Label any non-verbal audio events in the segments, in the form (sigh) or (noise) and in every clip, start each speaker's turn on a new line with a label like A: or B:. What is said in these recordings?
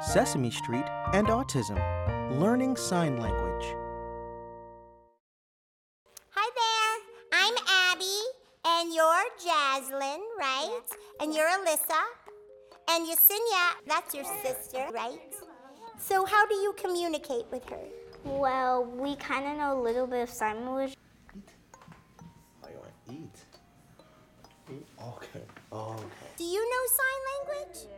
A: Sesame Street, and autism. Learning sign language.
B: Hi there. I'm Abby, and you're Jaslyn, right? And you're Alyssa, and Yesenia, that's your sister, right? So, how do you communicate with her?
C: Well, we kind of know a little bit of sign language.
D: Oh, you want to eat? Eat? Okay. Okay.
B: Do you know sign language?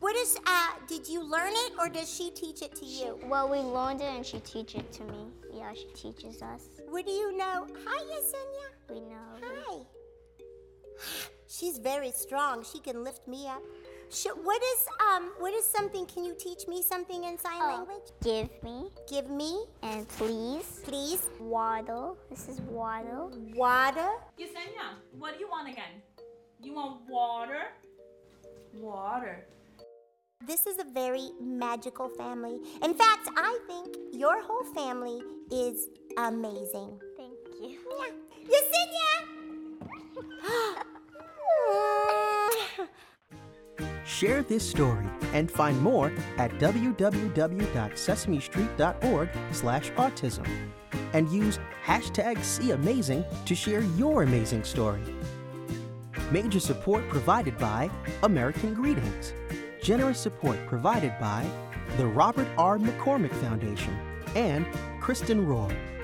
B: What is, uh, did you learn it or does she teach it to you?
C: Well, we learned it and she teaches it to me. Yeah, she teaches us.
B: What do you know? Hi, Yesenia.
C: We know.
B: Hi. (sighs) She's very strong. She can lift me up. Sh what is um? What is something? Can you teach me something in sign language?
C: Give me
B: Give me,
C: and please.
B: please,
C: Waddle. This is waddle.
B: water.
E: Yesenia, what do you want again? You want water? Water.
B: This is a very magical family. In fact, I think your whole family is amazing.
C: Thank you.
B: Yeah. Yesenia.
C: (laughs)
B: (laughs) Mm.
A: Share this story and find more at www.sesamestreet.org/autism and use hashtag SeeAmazing to share your amazing story. Major support provided by American Greetings. Generous support provided by the Robert R. McCormick Foundation and Kristen Rohr.